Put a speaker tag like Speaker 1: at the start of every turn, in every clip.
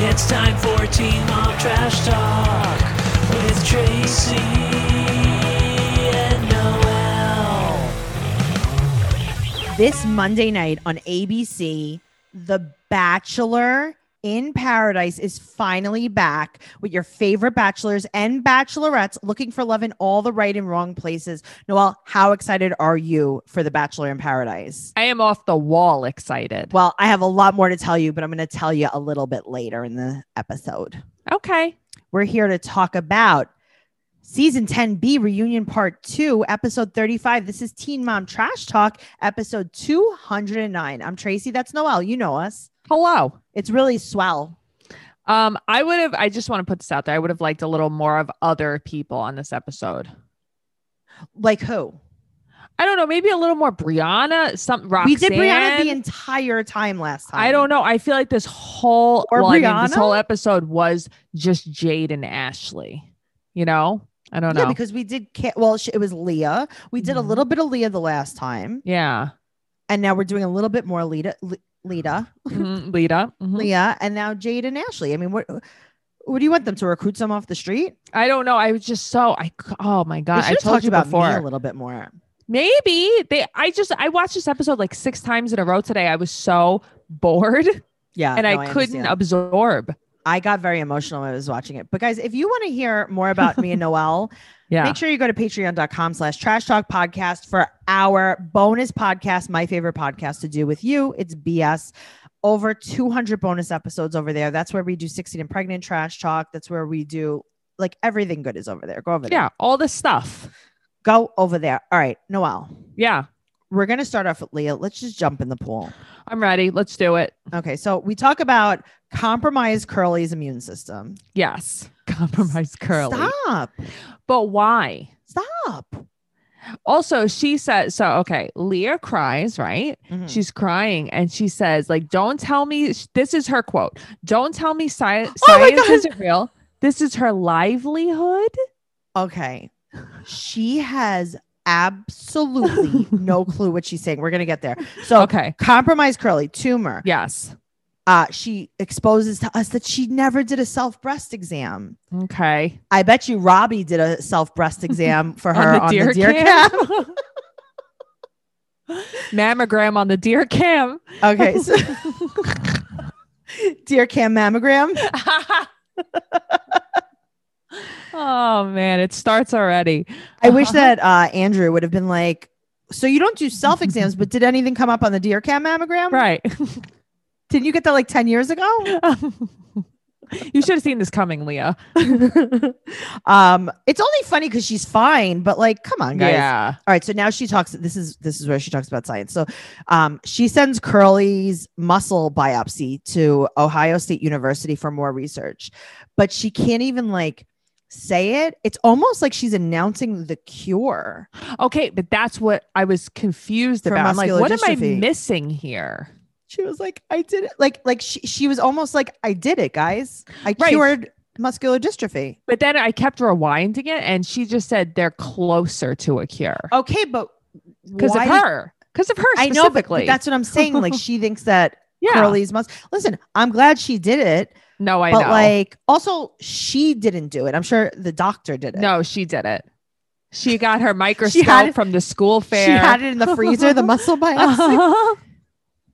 Speaker 1: It's time for Team Up Trash Talk with Tracy and Noel.
Speaker 2: this Monday night on ABC, The Bachelor in Paradise is finally back with your favorite bachelors and bachelorettes looking for love in all the right and wrong places. Noel, how excited are you for The Bachelor in Paradise?
Speaker 3: I am off the wall excited.
Speaker 2: Well, I have a lot more to tell you, but I'm going to tell you a little bit later in the episode.
Speaker 3: Okay.
Speaker 2: We're here to talk about season 10B reunion part 2, episode 35. This is Teen Mom Trash Talk, episode 209. I'm Tracy, that's Noel. You know us.
Speaker 3: Hello.
Speaker 2: It's really swell.
Speaker 3: Um, I would have, I just want to put this out there. I would have liked a little more of other people on this episode.
Speaker 2: Like who?
Speaker 3: I don't know, maybe a little more Brianna, some Roxanne.
Speaker 2: We did Brianna the entire time last time.
Speaker 3: I don't know. I feel like this whole
Speaker 2: Or
Speaker 3: well, I mean, this
Speaker 2: Brianna?
Speaker 3: whole episode was just Jade and Ashley. You know? I don't
Speaker 2: Yeah,
Speaker 3: know.
Speaker 2: because we did. Ca- well, sh- it was Leah. We did a
Speaker 3: Mhm.
Speaker 2: little bit of Leah the last time,
Speaker 3: yeah.
Speaker 2: and now we're doing a little bit more Lita, Li- Lita,
Speaker 3: Mhm. Lita. Mhm.
Speaker 2: Leah, and now Jade and Ashley. I mean, what? What do you want them to recruit some off the street?
Speaker 3: I don't know. I was just so I c- oh my
Speaker 2: They
Speaker 3: god. I
Speaker 2: should've
Speaker 3: told
Speaker 2: talked
Speaker 3: you
Speaker 2: about me
Speaker 3: before.
Speaker 2: a little bit more.
Speaker 3: Maybe they. I just I watched this episode like six times in a row today. I was so bored
Speaker 2: Yeah,
Speaker 3: and
Speaker 2: Uh, no,
Speaker 3: I couldn't
Speaker 2: understand.
Speaker 3: absorb.
Speaker 2: I got very emotional when I was watching it. But guys, if you want to hear more about me and Noel,
Speaker 3: Yeah,
Speaker 2: Make sure you go to patreon.com slash trash talk podcast for our bonus podcast, my favorite podcast to do with you. It's BS. Over 200 bonus episodes over there. That's where we do 16 and pregnant trash talk. That's where we do like everything good is over there. Go over there.
Speaker 3: yeah, all this stuff.
Speaker 2: Go over there. All right, Noel,
Speaker 3: Yeah,
Speaker 2: we're going to start off with Leah. Let's just jump in the pool.
Speaker 3: I'm ready. Let's do it.
Speaker 2: Okay, so we talk about compromised Curly's immune system.
Speaker 3: Yes, compromise curly.
Speaker 2: Stop.
Speaker 3: But why?
Speaker 2: Stop.
Speaker 3: Also, she says so. Okay, Leah cries. Right,
Speaker 2: Mhm.
Speaker 3: she's crying, and she says like, "Don't tell me." This is her quote. Don't tell me sci-
Speaker 2: Oh my
Speaker 3: science isn't real. This is her livelihood.
Speaker 2: Okay. She has absolutely no clue what she's saying. We're going to get there. So,
Speaker 3: Okay.
Speaker 2: compromise Curly, tumor.
Speaker 3: Yes.
Speaker 2: Uh, she exposes to us that she never did a self breast exam.
Speaker 3: Okay.
Speaker 2: I bet you Robbie did a self breast exam for her on the deer, cam.
Speaker 3: Mammogram on the deer cam.
Speaker 2: Okay. So, deer cam mammogram.
Speaker 3: oh man, it starts already.
Speaker 2: I wish
Speaker 3: Uh-huh.
Speaker 2: that uh, Andrew would have been like, so you don't do self exams, but did anything come up on the deer cam mammogram?
Speaker 3: Right.
Speaker 2: Didn't you get that like 10 years ago?
Speaker 3: you should have seen this coming, Leah.
Speaker 2: um, it's only funny because she's fine, but like, come on, guys.
Speaker 3: Yeah.
Speaker 2: All right, so now she talks. This is this is where she talks about science. So, um, she sends Curly's muscle biopsy to Ohio State University for more research, but she can't even like say it. It's almost like she's announcing the cure.
Speaker 3: Okay, but that's what I was confused
Speaker 2: For
Speaker 3: about. I'm like,
Speaker 2: muscular
Speaker 3: what am I
Speaker 2: dystrophy.
Speaker 3: missing here?
Speaker 2: She was like, "I did it." Like, like she she was almost like, "I did it, guys. I
Speaker 3: Right.
Speaker 2: cured muscular dystrophy."
Speaker 3: But then I kept rewinding it, and she just said they're closer to a cure
Speaker 2: Okay, but
Speaker 3: because of
Speaker 2: Oh, why-
Speaker 3: her. Because of her
Speaker 2: I
Speaker 3: specifically.
Speaker 2: know, but, but that's what I'm saying. Like, she thinks that
Speaker 3: yeah.
Speaker 2: Curly's muscle. Listen, I'm glad she did it,
Speaker 3: no, I
Speaker 2: but
Speaker 3: know.
Speaker 2: like also she didn't do it. I'm sure the doctor did it.
Speaker 3: No, she did it. She got her
Speaker 2: She
Speaker 3: microscope
Speaker 2: had it-
Speaker 3: from the school fair.
Speaker 2: she had it in the freezer, the muscle biopsy.
Speaker 3: Uh-huh.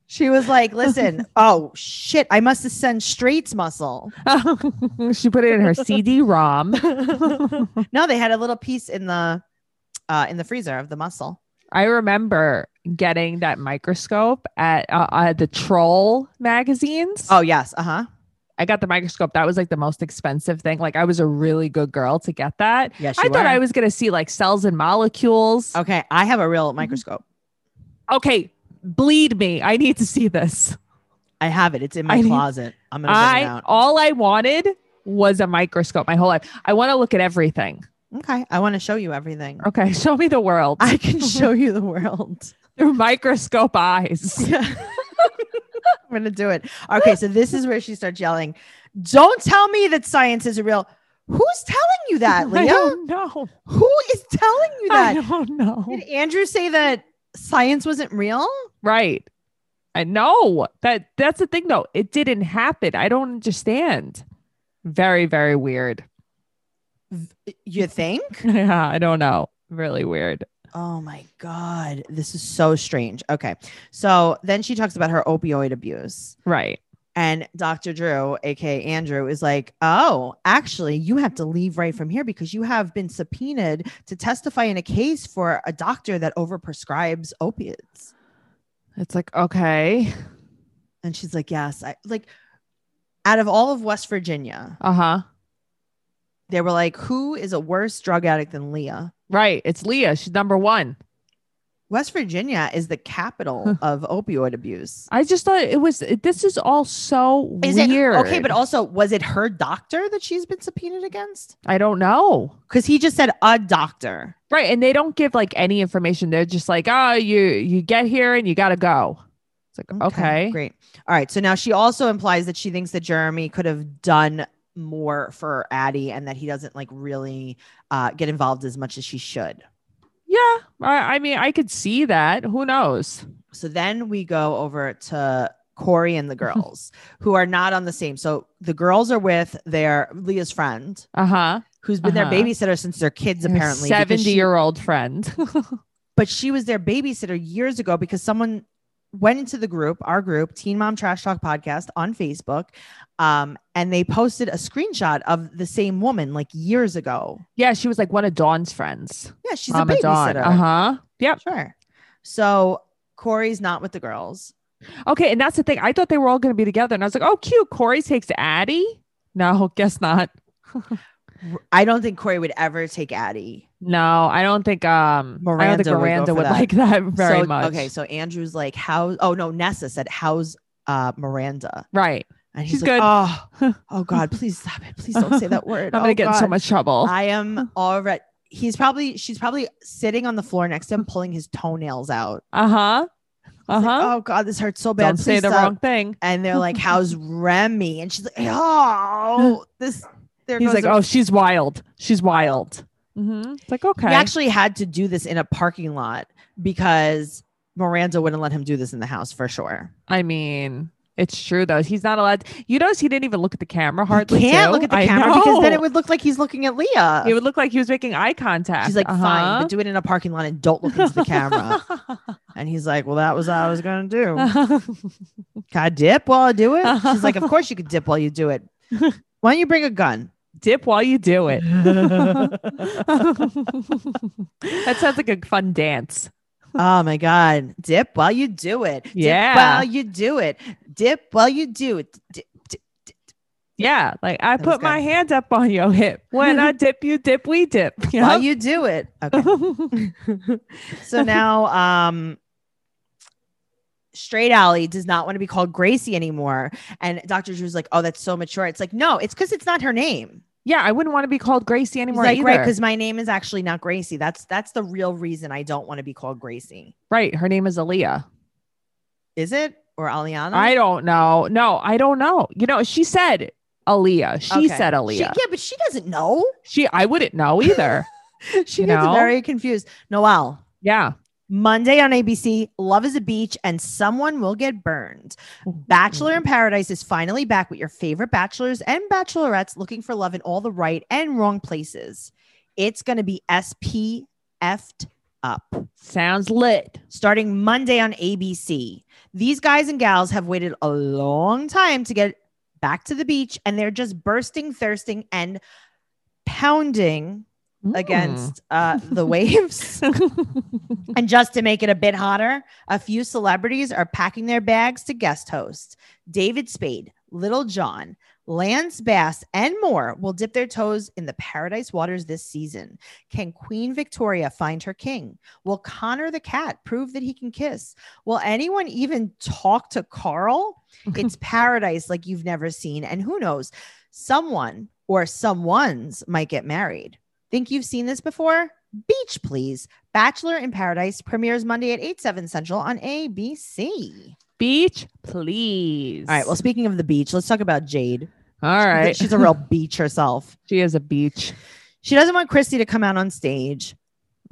Speaker 2: she was like, "Listen, oh shit, I must have sent Straight's muscle."
Speaker 3: she put it in her CD-ROM.
Speaker 2: No, they had a little piece in the uh, in the freezer of the muscle.
Speaker 3: I remember getting that microscope at uh, uh, the Troll magazines.
Speaker 2: Oh yes, uh
Speaker 3: Uh-huh.
Speaker 2: huh.
Speaker 3: I got the microscope. That was like the most expensive thing. Like I was a really good girl to get that.
Speaker 2: Yes,
Speaker 3: I thought I was gonna see like cells and molecules.
Speaker 2: Okay, I have a real microscope.
Speaker 3: Okay, bleed me. I need to see this.
Speaker 2: I have it. It's in my
Speaker 3: I need-
Speaker 2: closet. I'm gonna bring it
Speaker 3: I
Speaker 2: out.
Speaker 3: all I wanted was a microscope my whole life. I want to look at everything.
Speaker 2: Okay, I want to show you everything.
Speaker 3: Okay, show me the world
Speaker 2: I can show you the world.
Speaker 3: through microscope eyes.
Speaker 2: Yeah. I'm gonna do it. Okay, so this is where she starts yelling, Don't tell me that science is real. Who's telling you that,
Speaker 3: I
Speaker 2: Leah?
Speaker 3: don't know.
Speaker 2: Who is telling you
Speaker 3: I
Speaker 2: that?
Speaker 3: don't know.
Speaker 2: Did Andrew say that science wasn't real?
Speaker 3: Right. I know that that's the thing though. It didn't happen. I don't understand. Very, very weird.
Speaker 2: You think?
Speaker 3: Yeah, I don't know. Really weird.
Speaker 2: Oh my God. This is so strange. Okay. So then she talks about her opioid abuse.
Speaker 3: Right.
Speaker 2: And Dr. Drew, aka Andrew, is like, Oh, actually, you have to leave right from here because you have been subpoenaed to testify in a case for a doctor that overprescribes opiates.
Speaker 3: It's like, okay.
Speaker 2: And she's like, Yes, I like out of all of West Virginia,
Speaker 3: Uh-huh.
Speaker 2: they were like, Who is a worse drug addict than Leah?
Speaker 3: Right. It's Leah. She's number one.
Speaker 2: West Virginia is the capital of opioid abuse.
Speaker 3: I just thought it was this is all so
Speaker 2: Is
Speaker 3: weird.
Speaker 2: it okay? But also, was it her doctor that she's been subpoenaed against?
Speaker 3: I don't know.
Speaker 2: Because he just said a doctor.
Speaker 3: Right. And they don't give like any information. They're just like, oh, you you get here and you gotta go. It's like, okay.
Speaker 2: great. All right. So now she also implies that she thinks that Jeremy could have done more for Addie and that he doesn't like really uh, get involved as much as she should.
Speaker 3: Yeah. I, I mean, I could see that. Who knows?
Speaker 2: So then we go over to Corey and the girls who are not on the same. So the girls are with their Leah's friend
Speaker 3: Uh-huh.
Speaker 2: who's been
Speaker 3: Uh-huh.
Speaker 2: their babysitter since their kids apparently because
Speaker 3: 70
Speaker 2: she-
Speaker 3: year old friend.
Speaker 2: but she was their babysitter years ago because someone went into the group, our group, Teen Mom Trash Talk Podcast on Facebook, um, and they posted a screenshot of the same woman like years ago.
Speaker 3: yeah, she was like one of Dawn's friends.
Speaker 2: Yeah, she's
Speaker 3: Mama
Speaker 2: a
Speaker 3: Dawn.
Speaker 2: babysitter.
Speaker 3: Uh huh. Yep.
Speaker 2: Sure. So Corey's not with the girls.
Speaker 3: Okay. And that's the thing. I thought they were all going to be together. And I was like, oh, cute. Corey takes Addie. No, guess not.
Speaker 2: I don't think Corey would ever take Addie.
Speaker 3: No, I don't think um I don't
Speaker 2: Miranda would
Speaker 3: think
Speaker 2: go
Speaker 3: Miranda
Speaker 2: for
Speaker 3: would,
Speaker 2: that.
Speaker 3: like that very
Speaker 2: So-
Speaker 3: much.
Speaker 2: Okay, so Andrew's like, how? Oh no, Nessa said, how's uh, Miranda?
Speaker 3: Right.
Speaker 2: And
Speaker 3: She's
Speaker 2: he's like,
Speaker 3: good.
Speaker 2: Oh, oh God, please stop it. Please don't say that word.
Speaker 3: I'm gonna
Speaker 2: Oh,
Speaker 3: get in so
Speaker 2: God."
Speaker 3: much trouble.
Speaker 2: I am already. He's probably. She's probably sitting on the floor next to him, pulling his toenails out.
Speaker 3: Uh huh. Uh
Speaker 2: He's like,
Speaker 3: huh.
Speaker 2: oh God, this hurts so bad. uh,
Speaker 3: Don't say
Speaker 2: please
Speaker 3: the
Speaker 2: stop."
Speaker 3: wrong thing.
Speaker 2: And they're like, "How's Remy?" And she's like, "Oh, this." There
Speaker 3: He's
Speaker 2: goes
Speaker 3: like,
Speaker 2: a-
Speaker 3: oh, she's wild. She's wild. hmm It's like okay.
Speaker 2: He actually had to do this in a parking lot because Miranda wouldn't let him do this in the house for sure.
Speaker 3: I mean, it's true though. He's not allowed. you notice he didn't even look at the camera hardly.
Speaker 2: He can't
Speaker 3: too?
Speaker 2: look at the
Speaker 3: I
Speaker 2: camera because then
Speaker 3: know.
Speaker 2: it would look like he's looking at Leah.
Speaker 3: It would look like he was making eye contact.
Speaker 2: She's like, fine,
Speaker 3: Uh-huh.
Speaker 2: but do it in a parking lot and don't look into the camera. and he's like, well, that was what I was gonna do. Can I dip while I do it? She's like, Of course you could dip while you do it. Why don't you bring a gun?
Speaker 3: Dip while you do it. that sounds like a fun dance.
Speaker 2: Oh my God. Dip while you do it. Dip
Speaker 3: Yeah.
Speaker 2: while you do it. Dip while you do it. Dip, dip.
Speaker 3: Yeah, like I
Speaker 2: That was
Speaker 3: put my
Speaker 2: good.
Speaker 3: hand up on your hip. When I dip, you dip, we dip. You
Speaker 2: While
Speaker 3: know?
Speaker 2: you do it. Okay. so now um Straight Alley does not want to be called Gracie anymore. And Dr. Drew's like, oh, that's so mature. It's like, no, it's because it's not her name.
Speaker 3: yeah, I wouldn't want to be called Gracie
Speaker 2: He's
Speaker 3: anymore
Speaker 2: like,
Speaker 3: either.
Speaker 2: right, because my name is actually not Gracie. That's that's the real reason I don't want to be called Gracie.
Speaker 3: right, her name is Aaliyah.
Speaker 2: Mm-hmm. Is it? Or Aliana?
Speaker 3: I don't know. No, I don't know. You know, she said Aaliyah. She
Speaker 2: Okay.
Speaker 3: said
Speaker 2: She-
Speaker 3: Aaliyah.
Speaker 2: yeah, but she doesn't know.
Speaker 3: She, I wouldn't know either.
Speaker 2: She
Speaker 3: You
Speaker 2: gets
Speaker 3: know?
Speaker 2: very confused. Noelle,
Speaker 3: yeah.
Speaker 2: Monday on ABC, Love is a Beach and Someone Will Get Burned. Bachelor
Speaker 3: Mm.
Speaker 2: in Paradise is finally back with your favorite bachelors and bachelorettes looking for love in all the right and wrong places. It's going to be SPF'd up
Speaker 3: Sounds lit.
Speaker 2: starting Monday on ABC. These guys and gals have waited a long time to get back to the beach and they're just bursting, thirsting, and pounding against uh, the waves.
Speaker 3: Mm.
Speaker 2: And just to make it a bit hotter, a few celebrities are packing their bags to guest host. David Spade, Little John, Lance Bass, and more will dip their toes in the paradise waters this season. Can Queen Victoria find her king? Will Connor the cat prove that he can kiss? Will anyone even talk to Carl? It's paradise like you've never seen. And who knows, someone or someone's might get married. Think you've seen this before? Beach, please. Bachelor in Paradise premieres Monday at 8, 7 Central on ABC.
Speaker 3: Beach, please.
Speaker 2: All right. Well, speaking of the beach, let's talk about Jade.
Speaker 3: all right.
Speaker 2: She's a real beach herself.
Speaker 3: She is a beach.
Speaker 2: She doesn't want Christy to come out on stage.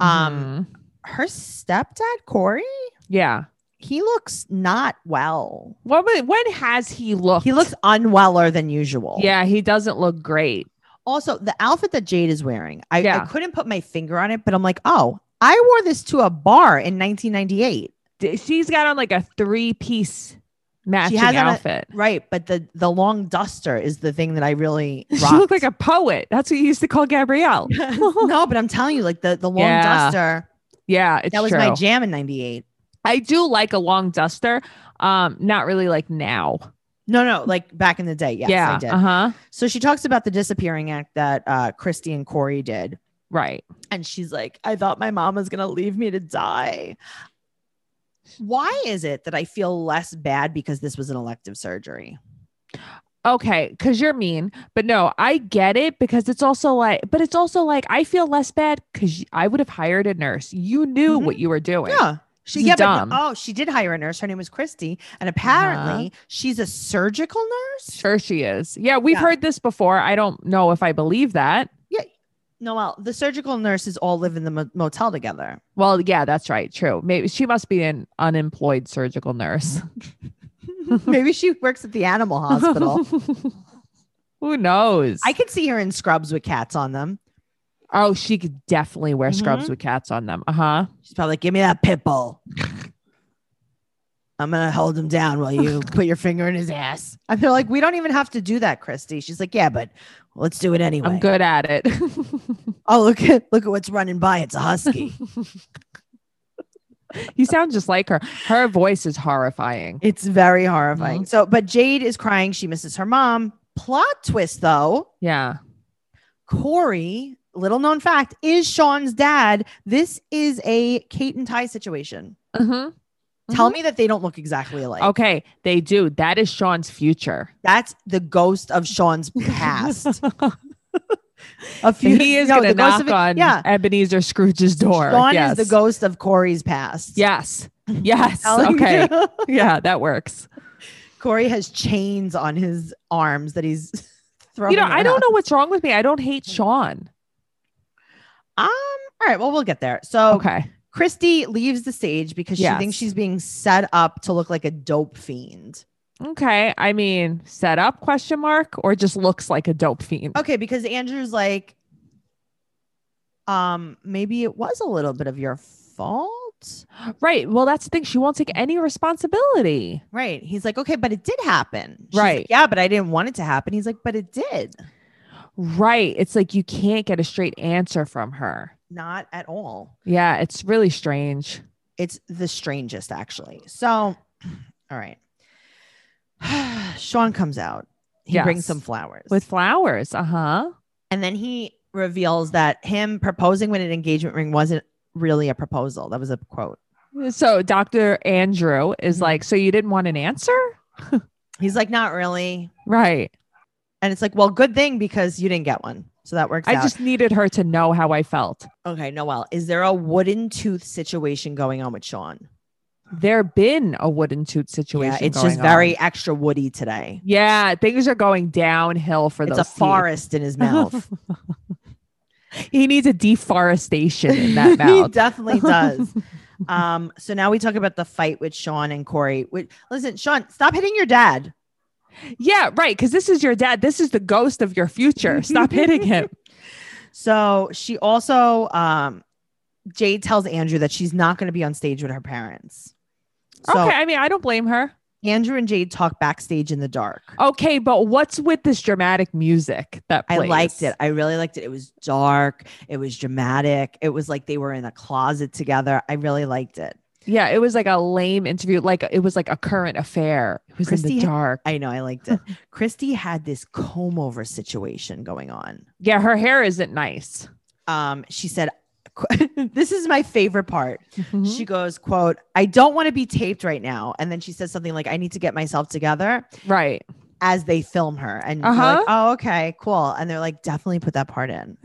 Speaker 2: Um,
Speaker 3: Mhm.
Speaker 2: her stepdad, Corey,
Speaker 3: yeah,
Speaker 2: He looks not well.
Speaker 3: What wa- when has he looked?
Speaker 2: He looks unweller than usual.
Speaker 3: Yeah, he doesn't look great.
Speaker 2: Also, the outfit that Jade is wearing, I, I
Speaker 3: Yeah.
Speaker 2: couldn't put my finger on it, but I'm like, oh, I wore this to a bar in 1998.
Speaker 3: D- She's got on like a three piece matching
Speaker 2: has on a-
Speaker 3: outfit.
Speaker 2: Right, but the the long duster is the thing that I really
Speaker 3: she looked
Speaker 2: rocked.
Speaker 3: like a poet. That's what you used to call Gabrielle.
Speaker 2: no, but I'm telling you, like the the long
Speaker 3: Yeah,
Speaker 2: duster
Speaker 3: Yeah, it's
Speaker 2: that was
Speaker 3: true.
Speaker 2: my jam in '98.
Speaker 3: I do like a long duster. Um, not really like now.
Speaker 2: No, no, like back in the day. Yes,
Speaker 3: yeah.
Speaker 2: I did.
Speaker 3: Uh huh.
Speaker 2: So she talks about the disappearing act that uh, Christy and Corey did,
Speaker 3: Right.
Speaker 2: and she's like, "I thought my mom was gonna leave me to die." Why is it that I feel less bad because this was an elective surgery?
Speaker 3: Okay. Because you're mean, but no, I get it because it's also like, but it's also like I feel less bad because I would have hired a nurse. You knew
Speaker 2: Mhm.
Speaker 3: what you were doing.
Speaker 2: Yeah. She
Speaker 3: This is
Speaker 2: yeah, but-
Speaker 3: dumb.
Speaker 2: oh, she did hire a nurse. Her name was Christy, and apparently
Speaker 3: Uh-huh.
Speaker 2: she's a surgical nurse.
Speaker 3: Sure, she is. Yeah, we've
Speaker 2: Yeah.
Speaker 3: heard this before. I don't know if I believe that.
Speaker 2: Noel, the surgical nurses all live in the mo- motel together.
Speaker 3: Well, yeah, that's right. True. Maybe she must be an unemployed surgical nurse.
Speaker 2: Maybe she works at the animal hospital.
Speaker 3: Who knows?
Speaker 2: I could see her in scrubs with cats on them.
Speaker 3: oh, she could definitely
Speaker 2: Mm-hmm.
Speaker 3: wear scrubs with cats on them. Uh huh.
Speaker 2: She's probably like, give me that pit bull. I'm gonna hold him down while you put your finger in his ass. And they're like, we don't even have to do that, Christy. She's like, yeah, but let's do it anyway.
Speaker 3: I'm good at it.
Speaker 2: Oh, look at look at what's running by. It's a husky.
Speaker 3: you sound just like her. Her voice is horrifying.
Speaker 2: it's very horrifying. So, but Jade is crying. She misses her mom. Plot twist, though.
Speaker 3: Yeah.
Speaker 2: Corey, little known fact, is Sean's dad. This is a Kate and Ty situation.
Speaker 3: hmm
Speaker 2: Tell me that they don't look exactly alike.
Speaker 3: Okay, they do. That is Sean's future.
Speaker 2: That's the ghost of Sean's past. a few,
Speaker 3: he is
Speaker 2: no,
Speaker 3: going
Speaker 2: the
Speaker 3: to
Speaker 2: ghost
Speaker 3: knock
Speaker 2: of it-
Speaker 3: on
Speaker 2: Yeah,
Speaker 3: Ebenezer Scrooge's door.
Speaker 2: Sean
Speaker 3: yes.
Speaker 2: is the ghost of Corey's past.
Speaker 3: Yes. Yes.
Speaker 2: Telling
Speaker 3: okay.
Speaker 2: you.
Speaker 3: Yeah, that works.
Speaker 2: Corey has chains on his arms that he's throwing.
Speaker 3: you know, I
Speaker 2: around.
Speaker 3: don't know what's wrong with me. I don't hate Sean.
Speaker 2: Um. All right. Well, we'll get there. So
Speaker 3: Okay.
Speaker 2: Christy leaves the stage because she
Speaker 3: Yes.
Speaker 2: thinks she's being set up to look like a dope fiend.
Speaker 3: Okay. I mean, set up question mark or just looks like a dope fiend.
Speaker 2: Okay, because Andrew's like, um, maybe it was a little bit of your fault.
Speaker 3: Right. Well, that's the thing. She won't take any responsibility.
Speaker 2: Right. He's like, okay, but it did happen. She's like,
Speaker 3: Right.
Speaker 2: yeah, but I didn't want it to happen. He's like, but it did.
Speaker 3: Right. It's like you can't get a straight answer from her.
Speaker 2: Not at all.
Speaker 3: Yeah, it's really strange.
Speaker 2: It's the strangest, actually. So, all right. Sean comes out. He brings
Speaker 3: Yes.
Speaker 2: some flowers.
Speaker 3: With flowers. Uh-huh.
Speaker 2: and then he reveals that him proposing with an engagement ring wasn't really a proposal. That was a quote.
Speaker 3: So Dr. Andrew is
Speaker 2: Mhm.
Speaker 3: like, so you didn't want an answer?
Speaker 2: He's like, not really.
Speaker 3: Right.
Speaker 2: And it's like, well, good thing because you didn't get one. So that works
Speaker 3: I
Speaker 2: out.
Speaker 3: just needed her to know how I felt.
Speaker 2: okay, Noel, is there a wooden tooth situation going on with Sean?
Speaker 3: There been a wooden tooth situation.
Speaker 2: Yeah, it's
Speaker 3: going
Speaker 2: just
Speaker 3: on.
Speaker 2: very extra woody today.
Speaker 3: Yeah, things are going downhill for
Speaker 2: It's
Speaker 3: those.
Speaker 2: a forest in his mouth.
Speaker 3: teeth. He needs a deforestation in that
Speaker 2: he
Speaker 3: mouth.
Speaker 2: definitely does. um, so now we talk about the fight with Sean and Corey. Wait, listen, Sean, stop hitting your dad.
Speaker 3: yeah, right. Because this is your dad. This is the ghost of your future. Stop hitting him.
Speaker 2: So she also, um, Jade tells Andrew that she's not going to be on stage with her parents. So
Speaker 3: okay. I mean, I don't blame her.
Speaker 2: Andrew and Jade talk backstage in the dark.
Speaker 3: Okay, but what's with this dramatic music that
Speaker 2: I
Speaker 3: plays?
Speaker 2: liked it. I really liked it. It was dark. It was dramatic. It was like they were in a closet together. I really liked it.
Speaker 3: Yeah, it was like a lame interview. Like it was like a current affair. It was in
Speaker 2: Christy-
Speaker 3: the dark.
Speaker 2: I know. I liked it. Christy had this comb over situation going on.
Speaker 3: Yeah, her hair isn't nice.
Speaker 2: Um, she said, this is my favorite part.
Speaker 3: Mm-hmm.
Speaker 2: She goes, quote, I don't want to be taped right now. And then she says something like, I need to get myself together
Speaker 3: right.
Speaker 2: as they film her. And you're
Speaker 3: Uh-huh.
Speaker 2: like, oh, okay, cool. And they're like, definitely put that part in.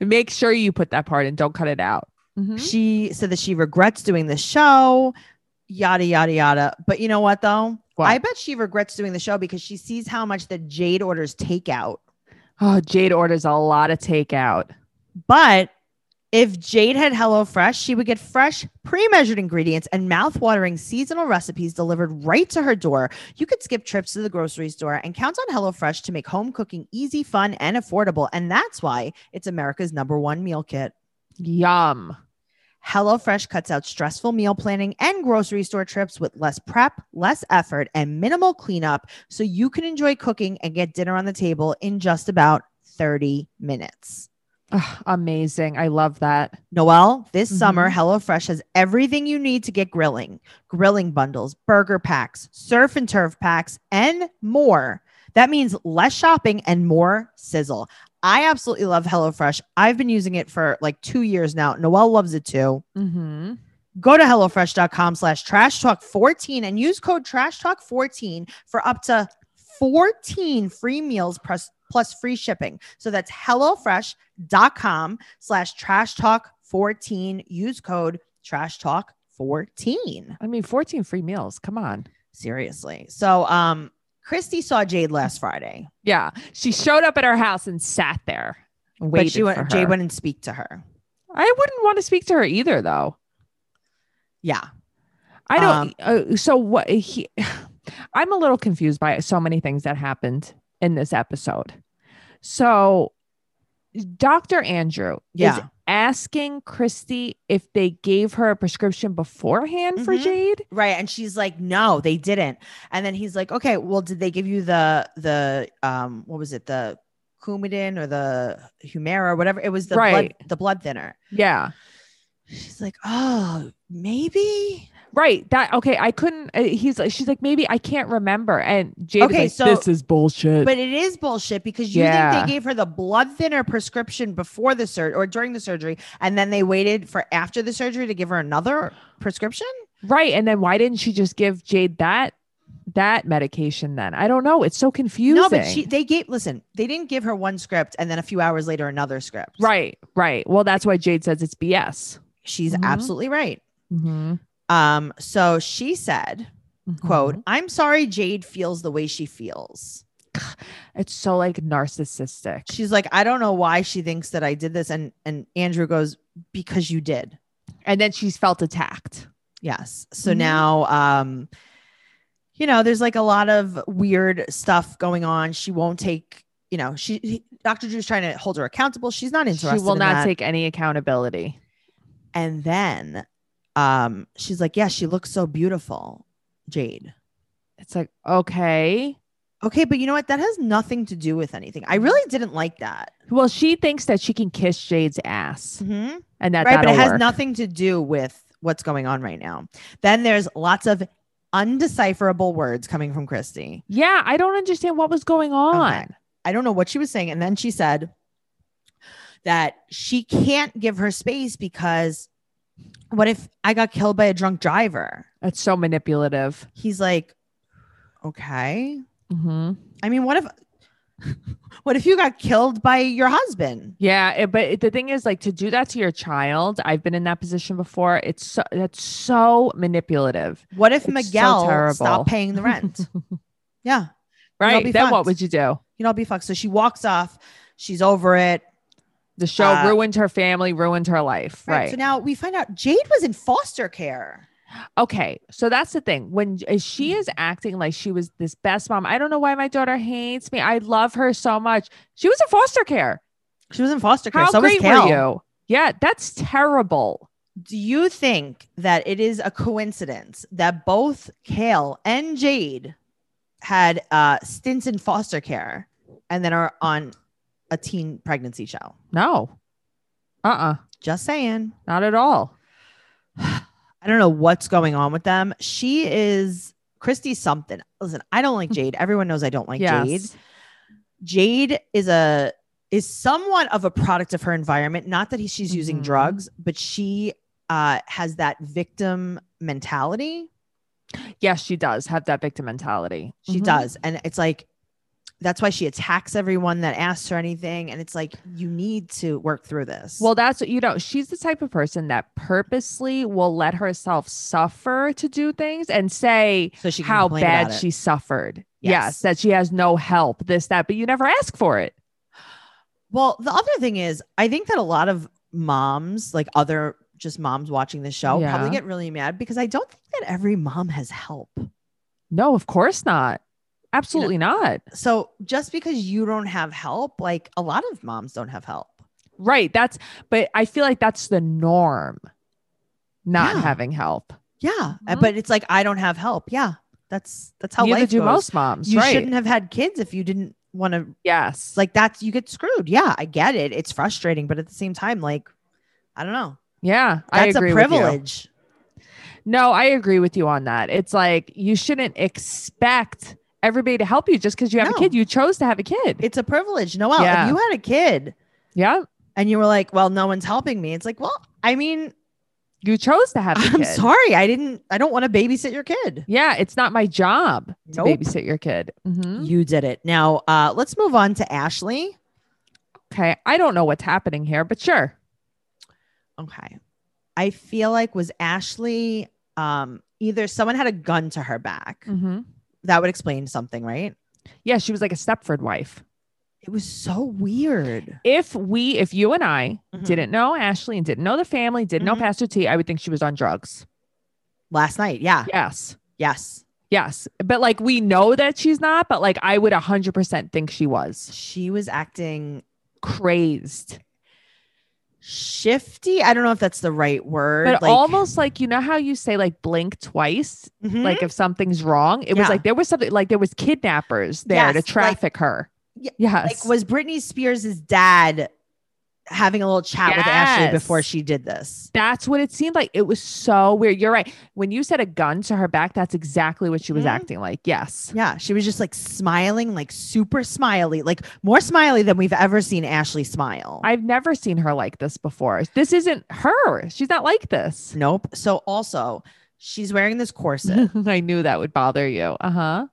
Speaker 3: Make sure you put that part in. Don't cut it out. Mhm.
Speaker 2: She said that she regrets doing the show, yada, yada, yada. But you know what, though?
Speaker 3: What?
Speaker 2: I bet she regrets doing the show because she sees how much that Jade orders takeout.
Speaker 3: Oh, Jade orders a lot of takeout.
Speaker 2: But If Jade had HelloFresh, she would get fresh, pre-measured ingredients and mouth-watering seasonal recipes delivered right to her door. You could skip trips to the grocery store and count on HelloFresh to make home cooking easy, fun, and affordable. And that's why it's America's number one meal kit.
Speaker 3: Yum.
Speaker 2: HelloFresh cuts out stressful meal planning and grocery store trips with less prep, less effort, and minimal cleanup so you can enjoy cooking and get dinner on the table in just about 30 minutes.
Speaker 3: Ugh, amazing. I love that.
Speaker 2: Noelle, this
Speaker 3: Mhm.
Speaker 2: summer, HelloFresh has everything you need to get grilling grilling bundles, burger packs, surf and turf packs, and more. That means less shopping and more sizzle. I absolutely love HelloFresh. I've been using it for like two years now. Noelle loves it too.
Speaker 3: Mm-hmm.
Speaker 2: Go to HelloFresh.com slash trash talk 14 and use code trash talk 14 for up to 14 free meals plus, plus free shipping. So that's HelloFresh.com slash trash talk 14. Use code trash talk 14.
Speaker 3: I mean, 14 free meals. Come on.
Speaker 2: Seriously. So, um, Christy saw Jade last Friday,
Speaker 3: Yeah. She showed up at our house and sat there. and
Speaker 2: but
Speaker 3: Waited
Speaker 2: she went,
Speaker 3: for her.
Speaker 2: Jade wouldn't speak to her.
Speaker 3: I wouldn't want to speak to her either, though.
Speaker 2: Yeah.
Speaker 3: I don't.
Speaker 2: Um,
Speaker 3: uh, so what? He, I'm a little confused by so many things that happened in this episode. So, Dr. Andrew is
Speaker 2: Yeah.
Speaker 3: asking Christy if they gave her a prescription beforehand for
Speaker 2: Mhm.
Speaker 3: Jade.
Speaker 2: Right. And she's like, no, they didn't. And then he's like, okay, well, did they give you the, the, um, what was it? The Coumadin or the Humira or whatever. It was the,
Speaker 3: Right.
Speaker 2: blood, the blood thinner.
Speaker 3: Yeah.
Speaker 2: She's like, oh, maybe.
Speaker 3: Right. That okay. I couldn't. uh, He's like, she's like, maybe I can't remember. And Jade,
Speaker 2: Okay,
Speaker 3: okay, like,
Speaker 2: so-
Speaker 3: this is bullshit.
Speaker 2: But it is bullshit because you
Speaker 3: Yeah.
Speaker 2: think they gave her the blood thinner prescription before the surgery or during the surgery. And then they waited for after the surgery to give her another prescription.
Speaker 3: right. And then why didn't she just give Jade that that medication? Then I don't know. It's so confusing.
Speaker 2: No, but she, they gave, listen, they didn't give her one script and then a few hours later, another script.
Speaker 3: Right. Right. Well, that's why Jade says it's BS.
Speaker 2: She's
Speaker 3: Mhm.
Speaker 2: absolutely right.
Speaker 3: Mm-hmm.
Speaker 2: Um, so she said, quote,
Speaker 3: Mm-hmm.
Speaker 2: I'm sorry Jade feels the way she feels.
Speaker 3: It's so like narcissistic.
Speaker 2: She's like, I don't know why she thinks that I did this. And and Andrew goes, Because you did.
Speaker 3: and then she's felt attacked.
Speaker 2: Yes. So
Speaker 3: Mhm.
Speaker 2: now um, you know, there's like a lot of weird stuff going on. She won't take, you know, she he- Dr. Drew's trying to hold her accountable. She's not
Speaker 3: She
Speaker 2: interested.
Speaker 3: will
Speaker 2: in
Speaker 3: not
Speaker 2: that.
Speaker 3: take any accountability.
Speaker 2: and then um she's like, Yeah, she looks so beautiful, Jade.
Speaker 3: It's like, okay.
Speaker 2: Okay, but you know what? That has nothing to do with anything. I really didn't like that.
Speaker 3: Well, she thinks that she can kiss Jade's ass
Speaker 2: Mhm.
Speaker 3: and that
Speaker 2: right but it
Speaker 3: that'll
Speaker 2: has
Speaker 3: work.
Speaker 2: nothing to do with what's going on right now then there's lots of undecipherable words coming from christy
Speaker 3: Yeah, I don't understand what was going on.
Speaker 2: i don't know what she was saying and then she said that she can't give her space because what if i got killed by a drunk driver
Speaker 3: That's so manipulative.
Speaker 2: he's like okay
Speaker 3: hmm
Speaker 2: i mean what if what if you got killed by your husband
Speaker 3: Yeah, it- but it- the thing is, like, to do that to your child, I've been in that position before. It's so that's so manipulative,
Speaker 2: what if
Speaker 3: It's so
Speaker 2: miguel
Speaker 3: terrible.
Speaker 2: stopped paying the rent yeah
Speaker 3: right?
Speaker 2: be
Speaker 3: Then what
Speaker 2: fucked.
Speaker 3: would you do?
Speaker 2: you know, I'll be fucked. So she walks off. She's over it.
Speaker 3: The show
Speaker 2: Uh,
Speaker 3: ruined her family, ruined her life,
Speaker 2: Right.
Speaker 3: right?
Speaker 2: So now we find out Jade was in foster care.
Speaker 3: okay, so that's the thing. When j- she is acting like she was this best mom, I don't know why my daughter hates me. I love her so much. She was in foster care.
Speaker 2: She was in foster care.
Speaker 3: How
Speaker 2: so was
Speaker 3: great
Speaker 2: Cal.
Speaker 3: were you? Yeah, that's terrible.
Speaker 2: Do you think that it is a coincidence that both Kale and Jade had uh, stints in foster care and then are on a teen pregnancy show?
Speaker 3: No, uh, uh
Speaker 2: Just saying.
Speaker 3: not at all.
Speaker 2: I don't know what's going on with them. She is Christy something. Listen, I don't like Jade. Everyone knows I don't like Jade.
Speaker 3: yes.
Speaker 2: Jade is a is somewhat of a product of her environment. Not that he, she's using
Speaker 3: Mhm.
Speaker 2: drugs, but she uh, has that victim mentality.
Speaker 3: Yes, she does have that victim mentality.
Speaker 2: She
Speaker 3: Mhm.
Speaker 2: does, and it's like that's why she attacks everyone that asks her anything. And it's like you need to work through this.
Speaker 3: Well, that's you know, she's the type of person that purposely will let herself suffer to do things and say
Speaker 2: so she can
Speaker 3: how
Speaker 2: complain
Speaker 3: bad
Speaker 2: about it.
Speaker 3: she suffered.
Speaker 2: Yes.
Speaker 3: Yes. that she has no help, this, that, but you never ask for it.
Speaker 2: Well, the other thing is, I think that a lot of moms, like other just moms watching the show, probably
Speaker 3: Yeah.
Speaker 2: get really mad because I don't think that every mom has help.
Speaker 3: No, of course not. Absolutely not.
Speaker 2: So just because you don't have help, like a lot of moms don't have help.
Speaker 3: Right. That's, but I feel like that's the norm, not
Speaker 2: Yeah.
Speaker 3: having help.
Speaker 2: Yeah,
Speaker 3: Mhm.
Speaker 2: Uh, but it's like I don't have help. Yeah, that's that's how
Speaker 3: Neither
Speaker 2: life
Speaker 3: do
Speaker 2: goes.
Speaker 3: most moms.
Speaker 2: you
Speaker 3: right.
Speaker 2: shouldn't have had kids if you didn't want to
Speaker 3: yes.
Speaker 2: It's like that's you get screwed. Yeah, I get it. It's frustrating, but at the same time, like I don't know.
Speaker 3: yeah. I
Speaker 2: That's a
Speaker 3: agree with you.
Speaker 2: privilege.
Speaker 3: No, I agree with you on that. It's like you shouldn't expect everybody to help you just because you have
Speaker 2: No.
Speaker 3: a kid. You chose to have a kid.
Speaker 2: It's a privilege. Noelle,
Speaker 3: Yeah.
Speaker 2: if you had a kid
Speaker 3: yeah.
Speaker 2: and you were like, Well, no one's helping me, it's like, well, I mean,
Speaker 3: You chose to have a
Speaker 2: I'm
Speaker 3: kid.
Speaker 2: sorry. I didn't I don't want to babysit your kid.
Speaker 3: Yeah. It's not my job to
Speaker 2: Nope.
Speaker 3: babysit your kid. Mhm.
Speaker 2: You did it. Now uh let's move on to Ashley.
Speaker 3: Okay. I don't know what's happening here, but sure.
Speaker 2: Okay. I feel like was Ashley um either someone had a gun to her back.
Speaker 3: Mhm.
Speaker 2: That would explain something, right?
Speaker 3: Yeah. She was like a Stepford wife.
Speaker 2: It was so weird.
Speaker 3: If we, if you and I
Speaker 2: Mhm.
Speaker 3: didn't know Ashley and didn't know the family, didn't
Speaker 2: Mhm.
Speaker 3: know Pastor T, I would think she was on drugs.
Speaker 2: Last night, yeah.
Speaker 3: Yes.
Speaker 2: Yes.
Speaker 3: Yes. But like we know that she's not, but like I would 100% think she was
Speaker 2: She was acting
Speaker 3: crazed.
Speaker 2: shifty. I don't know if that's the right word.
Speaker 3: But
Speaker 2: like,
Speaker 3: almost like you know how you say like blink twice,
Speaker 2: Mhm.
Speaker 3: like if something's wrong. It
Speaker 2: Yeah.
Speaker 3: was like there was something like there was kidnappers there
Speaker 2: Yes,
Speaker 3: to
Speaker 2: like-
Speaker 3: traffic her.
Speaker 2: Ye-
Speaker 3: yes,
Speaker 2: like was Britney Spears' dad having a little chat with Ashley
Speaker 3: Yes.
Speaker 2: before she did this?
Speaker 3: that's what it seemed like. It was so weird. You're right. When you said a gun to her back, that's exactly what she was
Speaker 2: Mhm.
Speaker 3: acting like. Yes,
Speaker 2: Yeah, she was just like smiling, like super smiley, like more smiley than we've ever seen Ashley smile.
Speaker 3: I've never seen her like this before. This isn't her. She's not like this.
Speaker 2: nope. So also, she's wearing this corset.
Speaker 3: I knew that would bother you. Uh huh.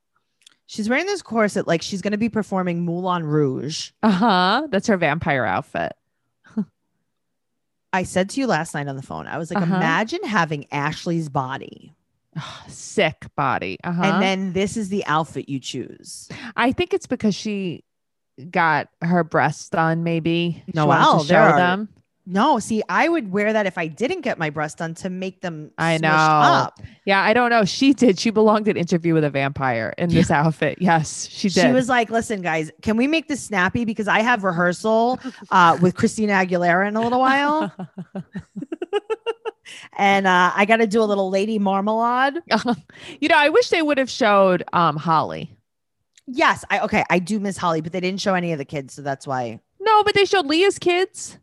Speaker 2: she's wearing this corset like she's going to be performing Moulin Rouge.
Speaker 3: Uh huh. That's her vampire outfit.
Speaker 2: I said to you last night on the phone, I was like,
Speaker 3: Uh-huh.
Speaker 2: imagine having Ashley's body.
Speaker 3: Sick body. Uh huh.
Speaker 2: and then this is the outfit you choose.
Speaker 3: I think it's because she got her breasts done, maybe. She
Speaker 2: No,
Speaker 3: wanted
Speaker 2: wow,
Speaker 3: to
Speaker 2: there
Speaker 3: show
Speaker 2: are-
Speaker 3: them.
Speaker 2: No, see, I would wear that if I didn't get my breast done to make them.
Speaker 3: I
Speaker 2: smushed
Speaker 3: know.
Speaker 2: Up.
Speaker 3: Yeah, I don't know. She did. She belonged in interview with a vampire in this outfit. Yes, she did.
Speaker 2: She was like, "Listen, guys, can we make this snappy? Because I have rehearsal uh, with Christina Aguilera in a little while, and uh, I got to do a little Lady Marmalade."
Speaker 3: you know, I wish they would have showed um Holly.
Speaker 2: Yes, I okay, I do miss Holly, but they didn't show any of the kids, so that's why.
Speaker 3: No, but they showed Leah's kids.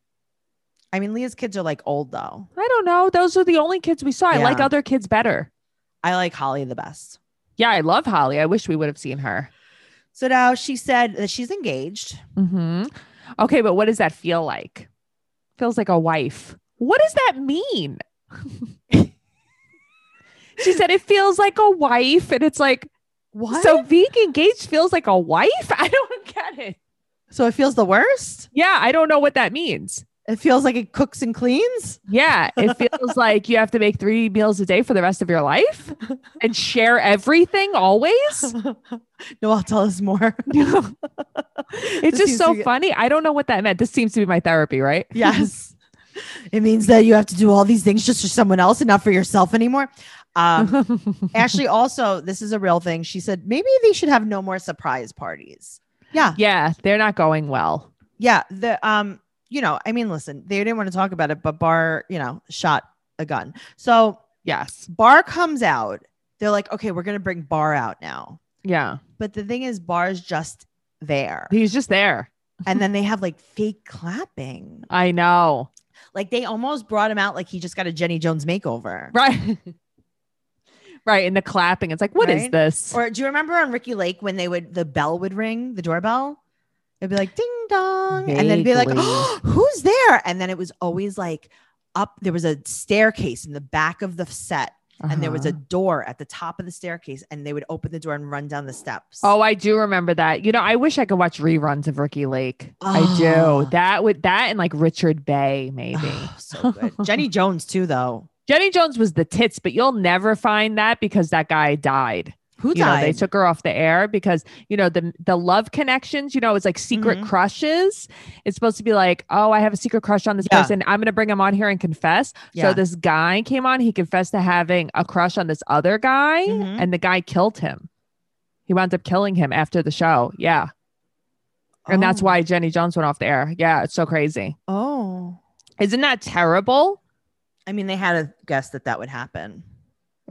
Speaker 2: I mean, Leah's kids are like old though.
Speaker 3: I don't know. Those are the only kids we saw. I like
Speaker 2: Yeah.
Speaker 3: other kids better.
Speaker 2: I like Holly the best.
Speaker 3: Yeah, I love Holly. I wish we would have seen her.
Speaker 2: So now she said that she's engaged.
Speaker 3: hmm Okay, but what does that feel like? Feels like a wife. What does that mean? she said it feels like a wife, and it's like
Speaker 2: What?
Speaker 3: so being engaged feels like a wife. I don't get it.
Speaker 2: so it feels the worst.
Speaker 3: Yeah, I don't know what that means.
Speaker 2: It feels like it cooks and cleans.
Speaker 3: Yeah, it feels like you have to make three meals a day for the rest of your life and share everything always.
Speaker 2: Noel, tell us more.
Speaker 3: It's just so funny. I don't know what that meant. This seems to be my therapy, right?
Speaker 2: Yes. it means that you have to do all these things just for someone else and not for yourself anymore. Um, Ashley, also, this is a real thing. She said maybe they should have no more surprise parties. Yeah.
Speaker 3: yeah, they're not going well.
Speaker 2: Yeah. The, um, you know, I mean, listen, they didn't want to talk about it, but Barr, you know, shot a gun. So
Speaker 3: Yes.
Speaker 2: Barr comes out. They're like, okay, we're going to bring Barr out now.
Speaker 3: Yeah.
Speaker 2: But the thing is, Barr's just there.
Speaker 3: He's just there.
Speaker 2: and then they have like fake clapping.
Speaker 3: I know.
Speaker 2: Like they almost brought him out like he just got a Jenny Jones makeover.
Speaker 3: Right. right. And the clapping. It's like, what is
Speaker 2: Right?
Speaker 3: this?
Speaker 2: Or do you remember on Ricky Lake when they would the bell would ring, the doorbell? It'd be like ding dong, and then be like, "Oh,
Speaker 3: Vaguely.
Speaker 2: "Who's there?" And then it was always like up. There was a staircase in the back of the set, and there was a
Speaker 3: Uh-huh.
Speaker 2: door at the top of the staircase, and they would open the door and run down the steps.
Speaker 3: Oh, I do remember that. You know, I wish I could watch reruns of Ricky Lake. I
Speaker 2: Ah.
Speaker 3: do. That would that and like Richard Bay, maybe.
Speaker 2: so good. Jenny Jones too, though.
Speaker 3: Jenny Jones was the tits, but you'll never find that because that guy died.
Speaker 2: Who
Speaker 3: you know, they
Speaker 2: died?
Speaker 3: took her off the air because you know the the love connections. You know, it's like secret
Speaker 2: Mhm.
Speaker 3: crushes. It's supposed to be like, oh, I have a secret crush on this
Speaker 2: Yeah.
Speaker 3: person. I'm gonna bring him on here and confess.
Speaker 2: Yeah.
Speaker 3: So this guy came on. He confessed to having a crush on this other guy,
Speaker 2: Mhm.
Speaker 3: and the guy killed him. He wound up killing him after the show. Yeah, and that's
Speaker 2: Oh.
Speaker 3: why Jenny Jones went off the air. Yeah, it's so crazy.
Speaker 2: Oh,
Speaker 3: Isn't that terrible?
Speaker 2: I mean, they had a guess that that would happen.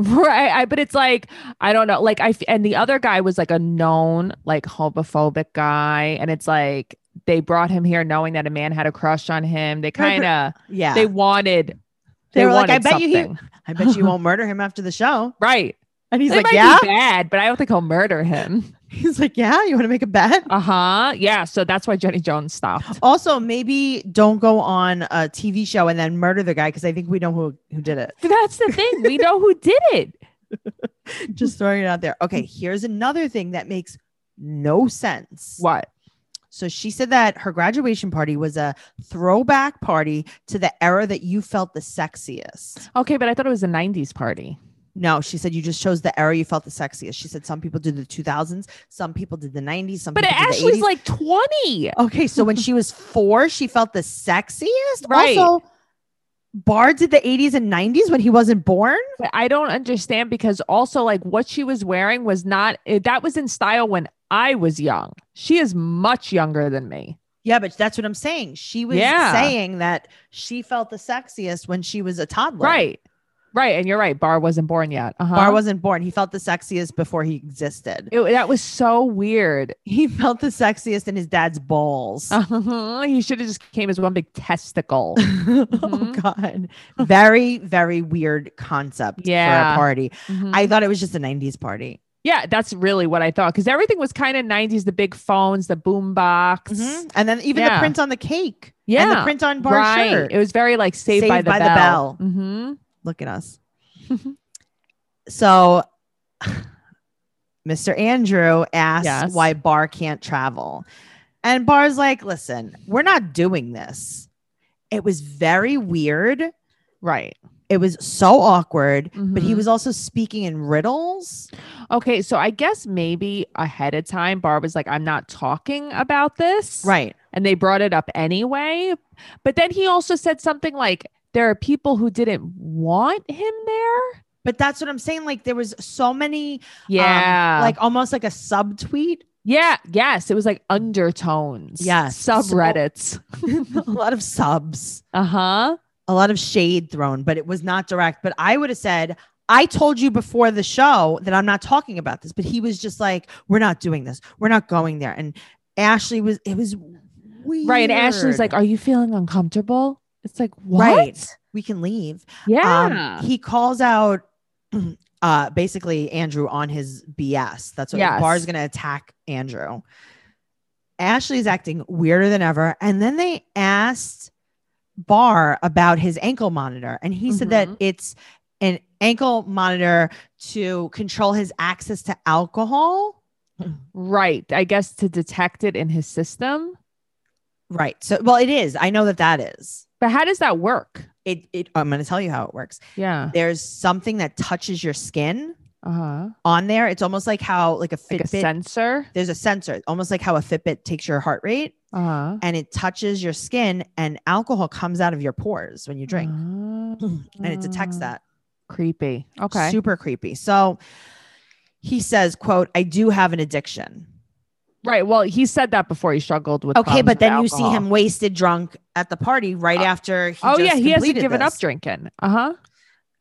Speaker 3: Right. I, but it's like, I don't know. Like, I, f- and the other guy was like a known, like, homophobic guy. And it's like, they brought him here knowing that a man had a crush on him. They
Speaker 2: Right,
Speaker 3: kind of,
Speaker 2: Yeah,
Speaker 3: they wanted,
Speaker 2: They were like, I
Speaker 3: wanted
Speaker 2: bet you he-
Speaker 3: something.
Speaker 2: I bet you won't murder him after the show.
Speaker 3: right.
Speaker 2: And he's
Speaker 3: It
Speaker 2: like,
Speaker 3: might
Speaker 2: yeah.
Speaker 3: be bad, but I don't think he'll murder him.
Speaker 2: He's like, yeah. You want to make a bet?
Speaker 3: Uh huh. Yeah. So that's why Jenny Jones stopped.
Speaker 2: Also, maybe don't go on a TV show and then murder the guy because I think we know who who did it.
Speaker 3: That's the thing. We know who did it.
Speaker 2: Just throwing it out there. Okay, here's another thing that makes no sense.
Speaker 3: What?
Speaker 2: So she said that her graduation party was a throwback party to the era that you felt the sexiest.
Speaker 3: Okay. But I thought it was a 90s party.
Speaker 2: No, she said you just chose the era you felt the sexiest. She said some people did the 2000s, some people did the 90s, some
Speaker 3: But
Speaker 2: people did the
Speaker 3: Ashley's
Speaker 2: 80s.
Speaker 3: like 20.
Speaker 2: Okay, so when she was four, she felt the sexiest.
Speaker 3: Right.
Speaker 2: Also, Barr did the 80s and 90s when he wasn't born.
Speaker 3: But I don't understand because also like what she was wearing was not eh, that was in style when I was young. She is much younger than me.
Speaker 2: Yeah, but that's what I'm saying. She was
Speaker 3: Yeah.
Speaker 2: saying that she felt the sexiest when she was a toddler.
Speaker 3: Right. Right. And you're right. Bar wasn't born yet. Uh-huh.
Speaker 2: Barr wasn't born. He felt the sexiest before he existed.
Speaker 3: It- that was so weird.
Speaker 2: He felt the sexiest in his dad's balls.
Speaker 3: Uh-huh. He should have just came as one big testicle. Mm-hmm.
Speaker 2: oh God. Very, very weird concept for
Speaker 3: Yeah.
Speaker 2: a party.
Speaker 3: Mhm.
Speaker 2: I thought it was just a 90s party.
Speaker 3: yeah, that's really what I thought. Because everything was kind of 90s, the big phones, the boom box.
Speaker 2: Mm-hmm. And then even the
Speaker 3: Mm-hmm. Yeah.
Speaker 2: print on the cake. And the
Speaker 3: Yeah.
Speaker 2: print on Bar's
Speaker 3: Right.
Speaker 2: shirt.
Speaker 3: It was very like saved, by,
Speaker 2: Saved
Speaker 3: the
Speaker 2: by the
Speaker 3: bell.
Speaker 2: Bell.
Speaker 3: Mm-hmm.
Speaker 2: Look at us. so Mr. Andrew asks
Speaker 3: Yes.
Speaker 2: why Barr can't travel. And Barr's like, listen, we're not doing this. It was very weird.
Speaker 3: Right.
Speaker 2: It was so awkward, but he
Speaker 3: Mhm.
Speaker 2: was also speaking in riddles.
Speaker 3: Okay, so I guess maybe ahead of time, Barb was like, I'm not talking about this.
Speaker 2: Right.
Speaker 3: And they brought it up anyway. But then he also said something like, there are people who didn't want him there.
Speaker 2: But that's what I'm saying. Like there was so many, um,
Speaker 3: Yeah.
Speaker 2: like almost like a subtweet,
Speaker 3: yeah. Yes. It was like undertones.
Speaker 2: Yes, so-
Speaker 3: Subreddits.
Speaker 2: a lot of subs,
Speaker 3: uh huh.
Speaker 2: a lot of shade thrown, but it was not direct. But I would have said, I told you before the show that I'm not talking about this. But he was just like, we're not doing this. We're not going there. And Ashley was, it was weird.
Speaker 3: Right. And Ashley's like, Are you feeling uncomfortable? It's like, What?
Speaker 2: Right. we can leave.
Speaker 3: Yeah.
Speaker 2: Um, he calls out uh basically Andrew on his BS. That's what
Speaker 3: Yes.
Speaker 2: Barr's gonna attack Andrew. Ashley's acting weirder than ever. And then they asked Barr about his ankle monitor, and he said that
Speaker 3: Mhm.
Speaker 2: it's an ankle monitor to control his access to alcohol.
Speaker 3: right. I guess to detect it in his system.
Speaker 2: Right. So, well, it is. I know that that is.
Speaker 3: But how does that work?
Speaker 2: It. it I'm going to tell you how it works.
Speaker 3: Yeah.
Speaker 2: There's something that touches your skin
Speaker 3: Uh huh.
Speaker 2: on there. It's almost like how like a
Speaker 3: Like a
Speaker 2: Fitbit
Speaker 3: sensor.
Speaker 2: there's a sensor, almost like how a Fitbit takes your heart rate
Speaker 3: Uh huh.
Speaker 2: and it touches your skin, and alcohol comes out of your pores when you drink and it detects
Speaker 3: Ah,
Speaker 2: that.
Speaker 3: Creepy. Okay.
Speaker 2: Super creepy. So he says, quote, I do have an addiction. Um,
Speaker 3: right. Well, he said that before he struggled with.
Speaker 2: Okay,
Speaker 3: problems
Speaker 2: but
Speaker 3: with
Speaker 2: then you see
Speaker 3: alcohol.
Speaker 2: him wasted drunk at the party right
Speaker 3: Uh,
Speaker 2: after he
Speaker 3: Oh yeah,
Speaker 2: just
Speaker 3: he hasn't
Speaker 2: completed
Speaker 3: given up
Speaker 2: this.
Speaker 3: drinking. Uh huh.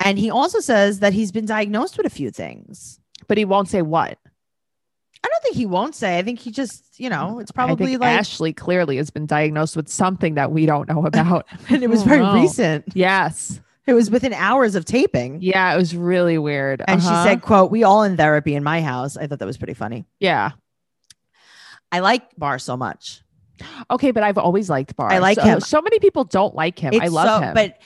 Speaker 2: And he also says that he's been diagnosed with a few things.
Speaker 3: But he won't say what.
Speaker 2: I don't think he won't say. I think he just, you know, it's
Speaker 3: I think
Speaker 2: probably like
Speaker 3: Ashley clearly has been diagnosed with something that we don't know about.
Speaker 2: and it was
Speaker 3: Oh,
Speaker 2: very
Speaker 3: no.
Speaker 2: recent.
Speaker 3: yes.
Speaker 2: It was within hours of taping.
Speaker 3: Yeah, it was really weird.
Speaker 2: And
Speaker 3: Uh-huh.
Speaker 2: she said, quote, we all in therapy in my house. I thought that was pretty funny.
Speaker 3: "Yeah,
Speaker 2: I like Barr so much.
Speaker 3: okay, but I've always liked Barr.
Speaker 2: I like
Speaker 3: so,
Speaker 2: him.
Speaker 3: So many people don't like him. I
Speaker 2: It's
Speaker 3: love
Speaker 2: so-
Speaker 3: him.
Speaker 2: But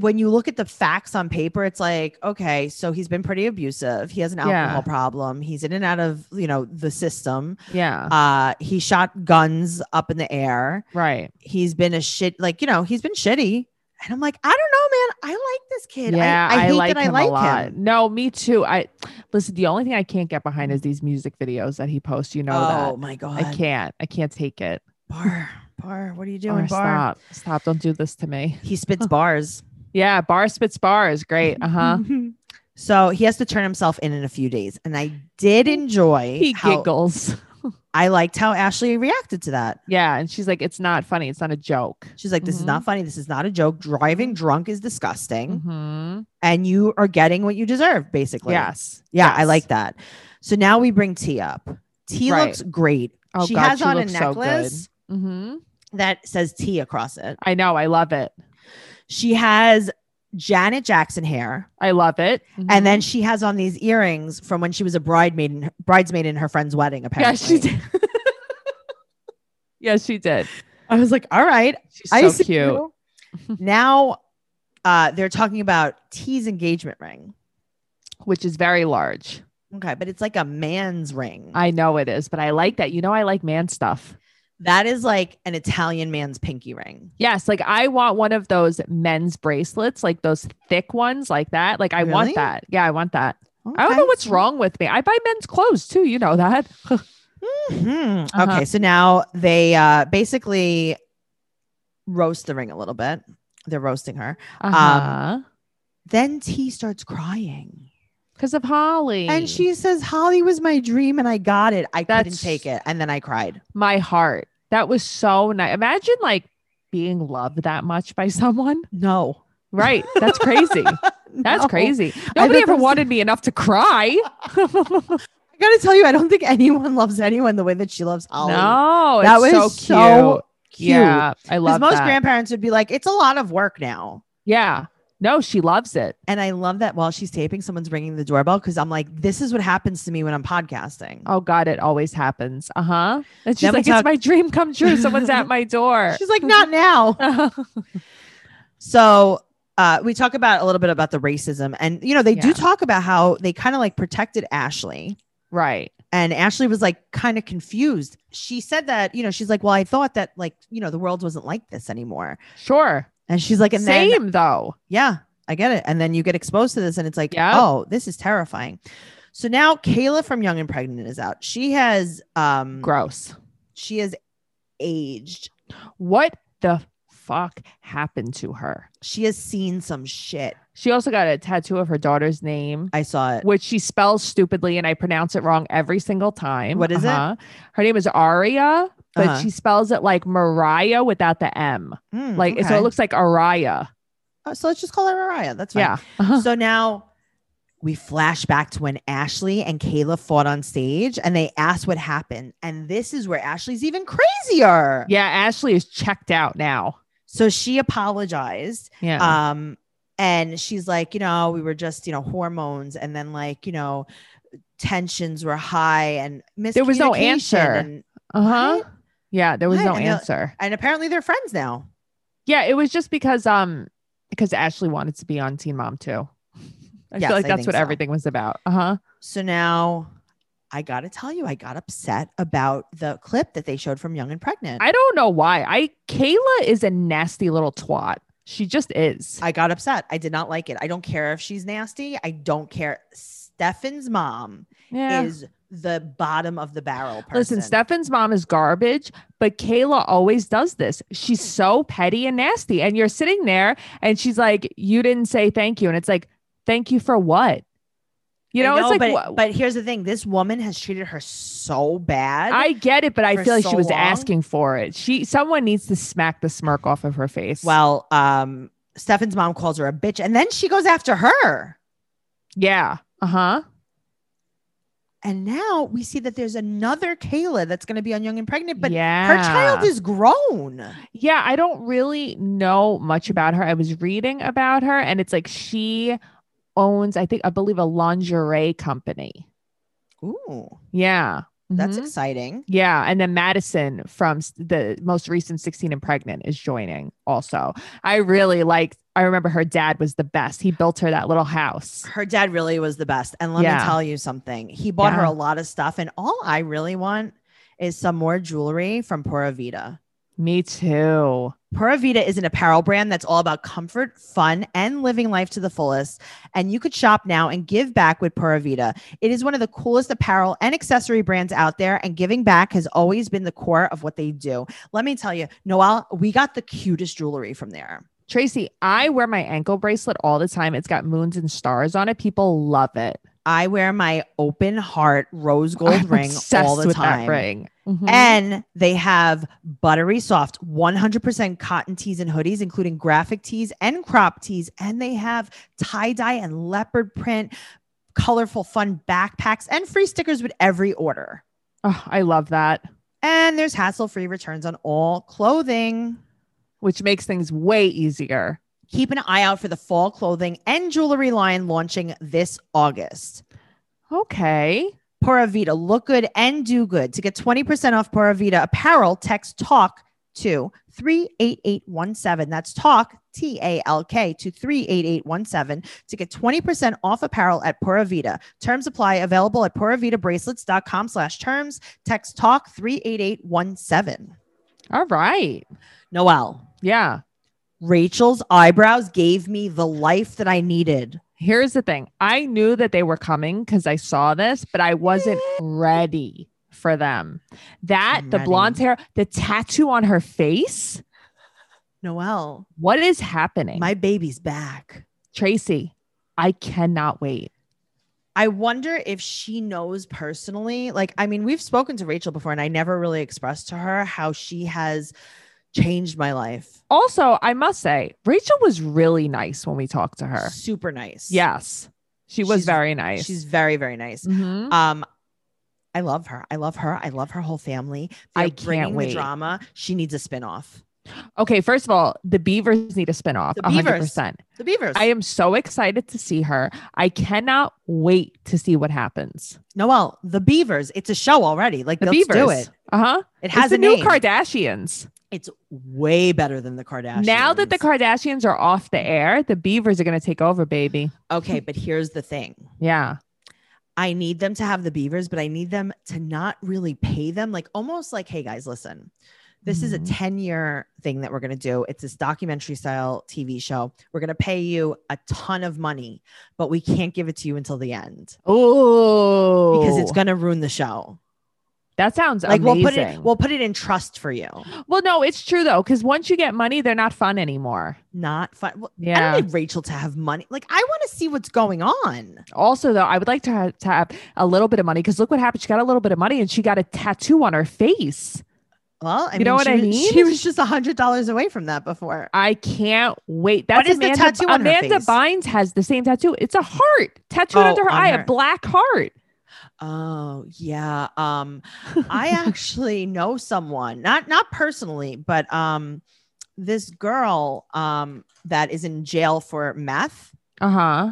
Speaker 2: when you look at the facts on paper, it's like, okay, so he's been pretty abusive. He has an
Speaker 3: Yeah.
Speaker 2: alcohol problem. He's in and out of, you know, the system.
Speaker 3: yeah,
Speaker 2: Uh, he shot guns up in the air.
Speaker 3: right.
Speaker 2: He's been a shit, like, you know, he's been shitty. And I'm like, I don't know, man. I like this kid.
Speaker 3: Yeah,
Speaker 2: I, I, hate
Speaker 3: like
Speaker 2: that I
Speaker 3: him
Speaker 2: like
Speaker 3: a lot.
Speaker 2: him.
Speaker 3: No, me too. I Listen, the only thing I can't get behind is these music videos that he posts. You know
Speaker 2: oh my god.
Speaker 3: that I can't. I can't take it.
Speaker 2: Bar, bar. What are you doing,
Speaker 3: Bar,
Speaker 2: Bar?
Speaker 3: stop, stop! Don't do this to me.
Speaker 2: He spits bars.
Speaker 3: Yeah, bar spits bars. Great. Uh huh.
Speaker 2: So he has to turn himself in in a few days, and I did enjoy.
Speaker 3: he
Speaker 2: how-
Speaker 3: giggles.
Speaker 2: I liked how Ashley reacted to that.
Speaker 3: Yeah, and she's like, "It's not funny. It's not a joke."
Speaker 2: She's like, "This
Speaker 3: Mhm.
Speaker 2: is not funny. This is not a joke. Driving drunk is disgusting,
Speaker 3: Mm-hmm.
Speaker 2: and you are getting what you deserve." Basically,
Speaker 3: Yes.
Speaker 2: yeah, I
Speaker 3: Yes.
Speaker 2: like that. So now we bring T up. T
Speaker 3: Right.
Speaker 2: looks great.
Speaker 3: Oh
Speaker 2: she
Speaker 3: God,
Speaker 2: has on a
Speaker 3: looks so good.
Speaker 2: necklace
Speaker 3: Mhm.
Speaker 2: that says T across it.
Speaker 3: I know. I love it.
Speaker 2: She has Janet Jackson hair.
Speaker 3: I love it.
Speaker 2: And then
Speaker 3: Mhm.
Speaker 2: she has on these earrings from when she was a bridemaid in, bridesmaid in her friend's wedding. Apparently,
Speaker 3: yeah, she did. yeah, she did.
Speaker 2: I was like, all right,
Speaker 3: She's
Speaker 2: I
Speaker 3: so
Speaker 2: see
Speaker 3: cute.
Speaker 2: you. now, uh, they're talking about T's engagement ring.
Speaker 3: which is very large.
Speaker 2: Okay, but it's like a man's ring.
Speaker 3: I know it is, but I like that. You know, I like man stuff.
Speaker 2: that is like an Italian man's pinky ring.
Speaker 3: Yes, like I want one of those men's bracelets, like those thick ones, like that. Like I
Speaker 2: Really?
Speaker 3: want that. Yeah, I want that. I don't know
Speaker 2: Okay.
Speaker 3: what's wrong with me. I buy men's clothes too. You know that.
Speaker 2: Mhm.
Speaker 3: Uh-huh.
Speaker 2: Okay, so now they uh, basically roast the ring a little bit. They're roasting her.
Speaker 3: Uh-huh.
Speaker 2: Um, Then T starts crying.
Speaker 3: Because of Holly
Speaker 2: And she says, Holly was my dream and I got it. I couldn't
Speaker 3: That's-
Speaker 2: take it. And then I cried.
Speaker 3: my heart. That was so nice. Imagine like being loved that much by someone.
Speaker 2: No.
Speaker 3: Right. That's crazy. That's
Speaker 2: No.
Speaker 3: crazy.
Speaker 2: I
Speaker 3: Nobody
Speaker 2: bet
Speaker 3: ever
Speaker 2: those-
Speaker 3: wanted me enough to cry.
Speaker 2: I gotta tell you, I don't think anyone loves anyone the way that she loves Holly.
Speaker 3: No,
Speaker 2: That
Speaker 3: it's
Speaker 2: was
Speaker 3: so cute.
Speaker 2: so cute.
Speaker 3: Yeah, I love
Speaker 2: Because most
Speaker 3: that.
Speaker 2: grandparents would be like, it's a lot of work now.
Speaker 3: yeah, no, she loves it.
Speaker 2: And I love that while she's taping, someone's ringing the doorbell because I'm like, this is what happens to me when I'm podcasting.
Speaker 3: Oh God, it always happens. Uh huh. And she's
Speaker 2: Then we
Speaker 3: like,
Speaker 2: talk-
Speaker 3: "It's my dream come true. Someone's at my door."
Speaker 2: She's like, not now. So uh, we talk about a little bit about the racism. And, you know, they do
Speaker 3: Yeah.
Speaker 2: talk about how they kind of like protected Ashley.
Speaker 3: right.
Speaker 2: And Ashley was like kind of confused. She said that, you know, she's like, well, I thought that like, you know, the world wasn't like this anymore.
Speaker 3: Sure.
Speaker 2: And she's like, and then
Speaker 3: Same though.
Speaker 2: Yeah, I get it. And then you get exposed to this, and it's like,
Speaker 3: Yep.
Speaker 2: oh, this is terrifying. So now Kayla from Young and Pregnant is out. She has um
Speaker 3: Gross.
Speaker 2: she has aged.
Speaker 3: What the fuck happened to her?
Speaker 2: She has seen some shit.
Speaker 3: She also got a tattoo of her daughter's name,
Speaker 2: I saw it.
Speaker 3: which she spells stupidly, and I pronounce it wrong every single time.
Speaker 2: What is it?
Speaker 3: it? Her name is Aria, but
Speaker 2: Uh-huh.
Speaker 3: she spells it like Mariah without the M.
Speaker 2: Mm,
Speaker 3: Like so,
Speaker 2: okay.
Speaker 3: it looks like Araya.
Speaker 2: Oh, so let's just call her Mariah. That's fine.
Speaker 3: Yeah. Uh-huh.
Speaker 2: So now we flash back to when Ashley and Kayla fought on stage and they asked what happened. And this is where Ashley's even crazier.
Speaker 3: Yeah, Ashley is checked out now.
Speaker 2: So she apologized
Speaker 3: Yeah.
Speaker 2: um and she's like you know we were just you know hormones and then like you know tensions were high and
Speaker 3: There was no
Speaker 2: miscommunication
Speaker 3: answer.
Speaker 2: and,
Speaker 3: Uh huh.
Speaker 2: What?
Speaker 3: Yeah, there was
Speaker 2: What?
Speaker 3: no
Speaker 2: And they'll-
Speaker 3: answer.
Speaker 2: and apparently they're friends now
Speaker 3: Yeah, it was just because um because Ashley wanted to be on Teen Mom too. I
Speaker 2: Yes,
Speaker 3: feel like
Speaker 2: I
Speaker 3: that's
Speaker 2: think
Speaker 3: what
Speaker 2: so.
Speaker 3: everything was about. Uh huh.
Speaker 2: so now i gotta tell you i got upset about the clip that they showed from young and pregnant i,
Speaker 3: I don't know why. I Kayla is a nasty little twat. She just is.
Speaker 2: got upset i did not like it i don't care if she's nasty i don't care stefan's mom
Speaker 3: yeah.
Speaker 2: is the bottom of the barrel person.
Speaker 3: Listen, Stefan's mom is garbage, but Kayla always does this. She's so petty and nasty. And you're sitting there and she's like, You didn't say thank you. And it's like, Thank you for what? You
Speaker 2: I
Speaker 3: know, it's like,
Speaker 2: but,
Speaker 3: wha-
Speaker 2: but here's the thing this woman has treated her so bad
Speaker 3: I get it, but I
Speaker 2: for
Speaker 3: feel like
Speaker 2: so
Speaker 3: she was
Speaker 2: long.
Speaker 3: asking for it. She someone needs to smack the smirk off of her face.
Speaker 2: Well, um, Stefan's mom calls her a bitch, and then she goes after her.
Speaker 3: yeah. Uh-huh.
Speaker 2: And now we see that there's another Kayla that's going to be on Young and Pregnant, but
Speaker 3: yeah.
Speaker 2: her child is grown.
Speaker 3: Yeah, I don't really know much about her. I was reading about her and it's like she owns I think I believe a lingerie company.
Speaker 2: Ooh,
Speaker 3: Yeah.
Speaker 2: that's
Speaker 3: Mhm.
Speaker 2: exciting.
Speaker 3: Yeah, and then Madison from s- the most recent 16 and Pregnant is joining also. I really like I remember her dad was the best. He built her that little house.
Speaker 2: Her dad really was the best. And let me
Speaker 3: Yeah.
Speaker 2: tell you something. He bought her
Speaker 3: Yeah.
Speaker 2: a lot of stuff, and all I really want is some more jewelry from Pura Vida.
Speaker 3: Me too.
Speaker 2: Pura Vida is an apparel brand that's all about comfort, fun, and living life to the fullest. And you could shop now and give back with Pura Vida. It is one of the coolest apparel and accessory brands out there, and giving back has always been the core of what they do. Let me tell you, Noel, we got the cutest jewelry from there.
Speaker 3: Tracy, I wear my ankle bracelet all the time. It's got moons and stars on it. People love it.
Speaker 2: I wear my open heart rose gold
Speaker 3: I'm
Speaker 2: ring
Speaker 3: obsessed
Speaker 2: all the
Speaker 3: with
Speaker 2: time.
Speaker 3: That ring. Mhm.
Speaker 2: And they have buttery soft 100% cotton tees and hoodies, including graphic tees and crop tees. And they have tie dye and leopard print, colorful, fun backpacks, and free stickers with every order.
Speaker 3: Oh, I love that,
Speaker 2: And there's hassle free returns on all clothing.
Speaker 3: which makes things way easier.
Speaker 2: Keep an eye out for the fall clothing and jewelry line launching this August.
Speaker 3: Okay.
Speaker 2: Pura Vida, look good and do good. To get 20% off Pura Vida apparel, text TALK to 38817. That's TALK, T A L K, to 38817 to get 20% off apparel at Pura Vida. Terms apply available at puravidabracelets.com slash terms. Text TALK 38817.
Speaker 3: All right.
Speaker 2: Noel,
Speaker 3: Yeah.
Speaker 2: Rachel's eyebrows gave me the life that I needed.
Speaker 3: Here's the thing I knew that they were coming because I saw this, but I wasn't ready for them. That,
Speaker 2: I'm
Speaker 3: the
Speaker 2: ready.
Speaker 3: blonde hair, the tattoo on her face.
Speaker 2: Noel,
Speaker 3: What is happening?
Speaker 2: my baby's back.
Speaker 3: Tracy, I cannot wait.
Speaker 2: I wonder if she knows personally. Like, I mean, we've spoken to Rachel before, and I never really expressed to her how she has changed my life.
Speaker 3: Also, I must say, Rachel was really nice when we talked to her.
Speaker 2: Super nice.
Speaker 3: Yes. She was
Speaker 2: She's-
Speaker 3: very nice.
Speaker 2: She's very, very nice.
Speaker 3: Mhm.
Speaker 2: Um, I love her. I love her. I love her whole family.
Speaker 3: I
Speaker 2: They're
Speaker 3: can't
Speaker 2: bringing the
Speaker 3: wait.
Speaker 2: drama. She needs a spinoff.
Speaker 3: Okay, first of all, the Beavers need a spinoff.
Speaker 2: The
Speaker 3: A hundred
Speaker 2: Beavers.
Speaker 3: percent.
Speaker 2: The Beavers.
Speaker 3: I am so excited to see her. I cannot wait to see what happens.
Speaker 2: Noel, the Beavers. It's a show already. Like,
Speaker 3: The
Speaker 2: let's
Speaker 3: Beavers
Speaker 2: do it.
Speaker 3: Uh huh.
Speaker 2: It
Speaker 3: It's
Speaker 2: has
Speaker 3: the
Speaker 2: a
Speaker 3: new
Speaker 2: name.
Speaker 3: Kardashians.
Speaker 2: It's way better than the Kardashians.
Speaker 3: Now that the Kardashians are off the air, the Beavers are going to take over, baby.
Speaker 2: okay, but here's the thing.
Speaker 3: Yeah.
Speaker 2: I need them to have the beavers, but I need them to not really pay them. Like almost like, hey guys, listen, this is a
Speaker 3: Mhm.
Speaker 2: 10 year thing that we're going to do. It's this documentary style TV show. We're going to pay you a ton of money, but we can't give it to you until the end
Speaker 3: Oh,
Speaker 2: because it's going to ruin the show.
Speaker 3: that sounds
Speaker 2: Like
Speaker 3: amazing.
Speaker 2: we'll put it, we'll put it in trust for you.
Speaker 3: well, no, it's true though, because once you get money, they're not fun anymore.
Speaker 2: Not fun. Well, I
Speaker 3: Yeah.
Speaker 2: don't need Rachel to have money. Like I want to see what's going on.
Speaker 3: Also, though, I would like to have, to have a little bit of money because look what happened. She got a little bit of money and she got a tattoo on her face.
Speaker 2: Well, I
Speaker 3: You
Speaker 2: mean,
Speaker 3: know what
Speaker 2: she
Speaker 3: I
Speaker 2: was-
Speaker 3: mean?
Speaker 2: She was just a hundred dollars away from that before.
Speaker 3: I can't wait.
Speaker 2: What
Speaker 3: That's
Speaker 2: is the
Speaker 3: Amanda,
Speaker 2: tattoo on her
Speaker 3: Amanda
Speaker 2: face?
Speaker 3: Bynes has the same tattoo. It's a heart tattooed
Speaker 2: Oh,
Speaker 3: under her
Speaker 2: on
Speaker 3: eye,
Speaker 2: her.
Speaker 3: a black heart.
Speaker 2: Oh yeah. Um, I actually know someone, not not personally, but um, this girl um that is in jail for meth.
Speaker 3: Uh
Speaker 2: Uh-huh.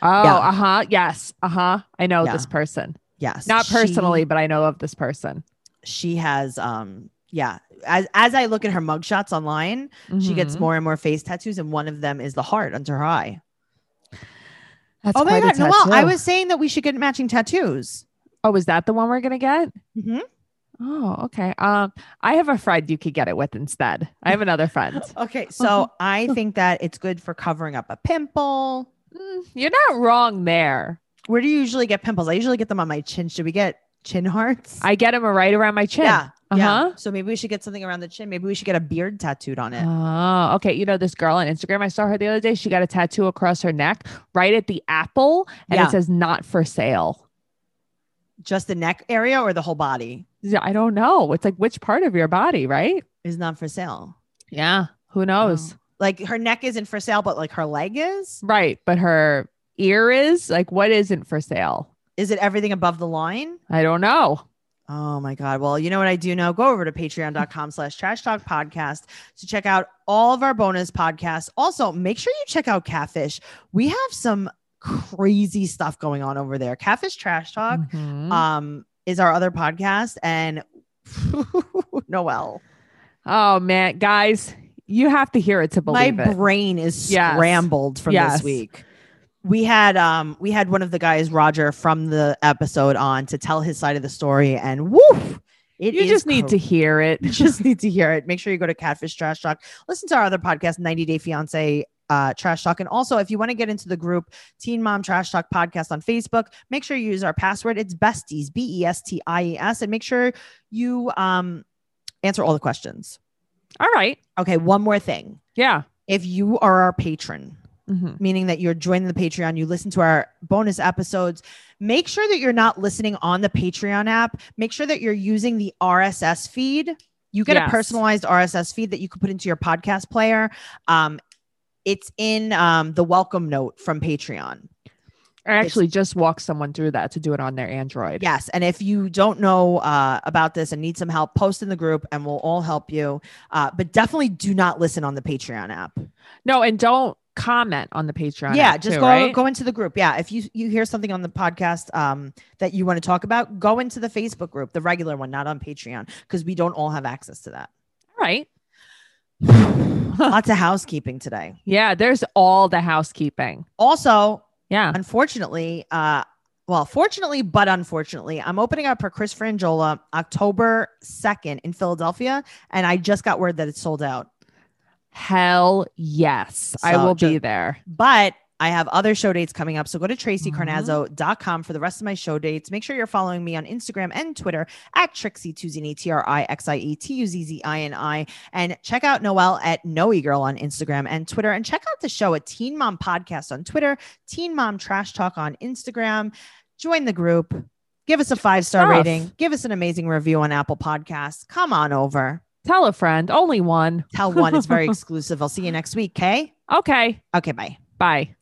Speaker 3: huh. Oh, uh huh. Yes. Uh huh. I know this
Speaker 2: Yeah.
Speaker 3: person.
Speaker 2: Yes,
Speaker 3: Not
Speaker 2: she-
Speaker 3: personally, but I know of this person.
Speaker 2: She, has um, yeah. As as I look at her mugshots online, she gets
Speaker 3: Mhm.
Speaker 2: more and more face tattoos, and one of them is the heart under her eye.
Speaker 3: That's
Speaker 2: oh my
Speaker 3: quite
Speaker 2: god,
Speaker 3: a
Speaker 2: Noelle! I
Speaker 3: tattoo.
Speaker 2: was saying that we should get matching tattoos.
Speaker 3: Oh, is that the one we're gonna get?
Speaker 2: Mhm.
Speaker 3: Oh, okay. Um, I have a friend you could get it with instead. I have another friend.
Speaker 2: Okay, so I think that it's good for covering up a pimple.
Speaker 3: Mm, You're not wrong there.
Speaker 2: Where do you usually get pimples? I usually get them on my chin. Should we get chin hearts?
Speaker 3: I get him right around my chin.
Speaker 2: Yeah. Yeah.
Speaker 3: Uh-huh.
Speaker 2: So maybe we should get something around the chin. Maybe we should get a beard tattooed on it.
Speaker 3: Oh, okay. You know, this girl on Instagram, I saw her the other day. She got a tattoo across her neck, right at the apple, and
Speaker 2: Yeah.
Speaker 3: it says not for sale.
Speaker 2: Just the neck area or the whole body
Speaker 3: Yeah, I don't know. It's like which part of your body, right?
Speaker 2: is not for sale.
Speaker 3: Yeah. Who knows?
Speaker 2: Like her neck isn't for sale, but like her leg is.
Speaker 3: Right. But her ear is like, what isn't for sale?
Speaker 2: Is it everything above the line?
Speaker 3: I don't know.
Speaker 2: Oh my God. Well, you know what I do know? Go over to patreon.com slash trash talk podcast to check out all of our bonus podcasts. Also, make sure you check out Catfish. We have some crazy stuff going on over there. Catfish Trash Talk
Speaker 3: Mhm.
Speaker 2: um, is our other podcast. And Noel.
Speaker 3: oh, man. Guys, you have to hear it to
Speaker 2: my
Speaker 3: believe it.
Speaker 2: brain is
Speaker 3: Yes.
Speaker 2: scrambled from
Speaker 3: Yes.
Speaker 2: this week. We had um we had one of the guys Roger from the episode on to tell his side of the story and woof It
Speaker 3: you
Speaker 2: is
Speaker 3: just need to hear it.
Speaker 2: You just need to hear it. Make sure you go to Catfish Trash Talk. Listen to our other podcast, 90 Day Fiance uh, Trash Talk. And also, if you want to get into the group Teen Mom Trash Talk podcast on Facebook, make sure you use our password. It's besties, B E S T I E S. And make sure you um, answer all the questions.
Speaker 3: All right.
Speaker 2: Okay. One more thing.
Speaker 3: Yeah.
Speaker 2: If you are our patron,
Speaker 3: Mhm.
Speaker 2: meaning that you're joining the Patreon, you listen to our bonus episodes. Make sure that you're not listening on the Patreon app. Make sure that you're using the RSS feed. You get
Speaker 3: Yes.
Speaker 2: a personalized RSS feed that you can put into your podcast player. Um, it's in um, the welcome note from Patreon.
Speaker 3: I actually just walked someone through that to do it on their Android.
Speaker 2: Yes. And if you don't know uh, about this and need some help, post in the group and we'll all help you. Uh, but definitely do not listen on the Patreon app.
Speaker 3: No, and don't comment on the Patreon.
Speaker 2: yeah
Speaker 3: app
Speaker 2: just
Speaker 3: too,
Speaker 2: go
Speaker 3: right?
Speaker 2: go into the group yeah if you you hear something on the podcast um that you want to talk about go into the facebook group the regular one not on patreon because we don't all have access to that
Speaker 3: All right.
Speaker 2: lots of housekeeping today
Speaker 3: Yeah, there's all the housekeeping.
Speaker 2: also
Speaker 3: Yeah.
Speaker 2: unfortunately uh well, fortunately, but unfortunately, I'm opening up for Chris Frangiola October 2nd in Philadelphia. And I just got word that it's sold out.
Speaker 3: Hell yes. I
Speaker 2: So
Speaker 3: will
Speaker 2: ju-
Speaker 3: be there.
Speaker 2: but I have other show dates coming up. So go to tracycarnazzo.com
Speaker 3: Mhm.
Speaker 2: for the rest of my show dates. Make sure you're following me on Instagram and Twitter at Trixie Tuzini, T R I X I E T U Z Z I N I. And check out Noelle at Noe Girl on Instagram and Twitter. And check out the show at Teen Mom Podcast on Twitter, Teen Mom Trash Talk on Instagram. Join the group. Give us a five star
Speaker 3: Stuff.
Speaker 2: rating. Give us an amazing review on Apple Podcasts. Come on over.
Speaker 3: Tell a friend, only one.
Speaker 2: Tell one it's very exclusive. I'll see you next week. Okay.
Speaker 3: Okay.
Speaker 2: Okay. Bye.
Speaker 3: Bye.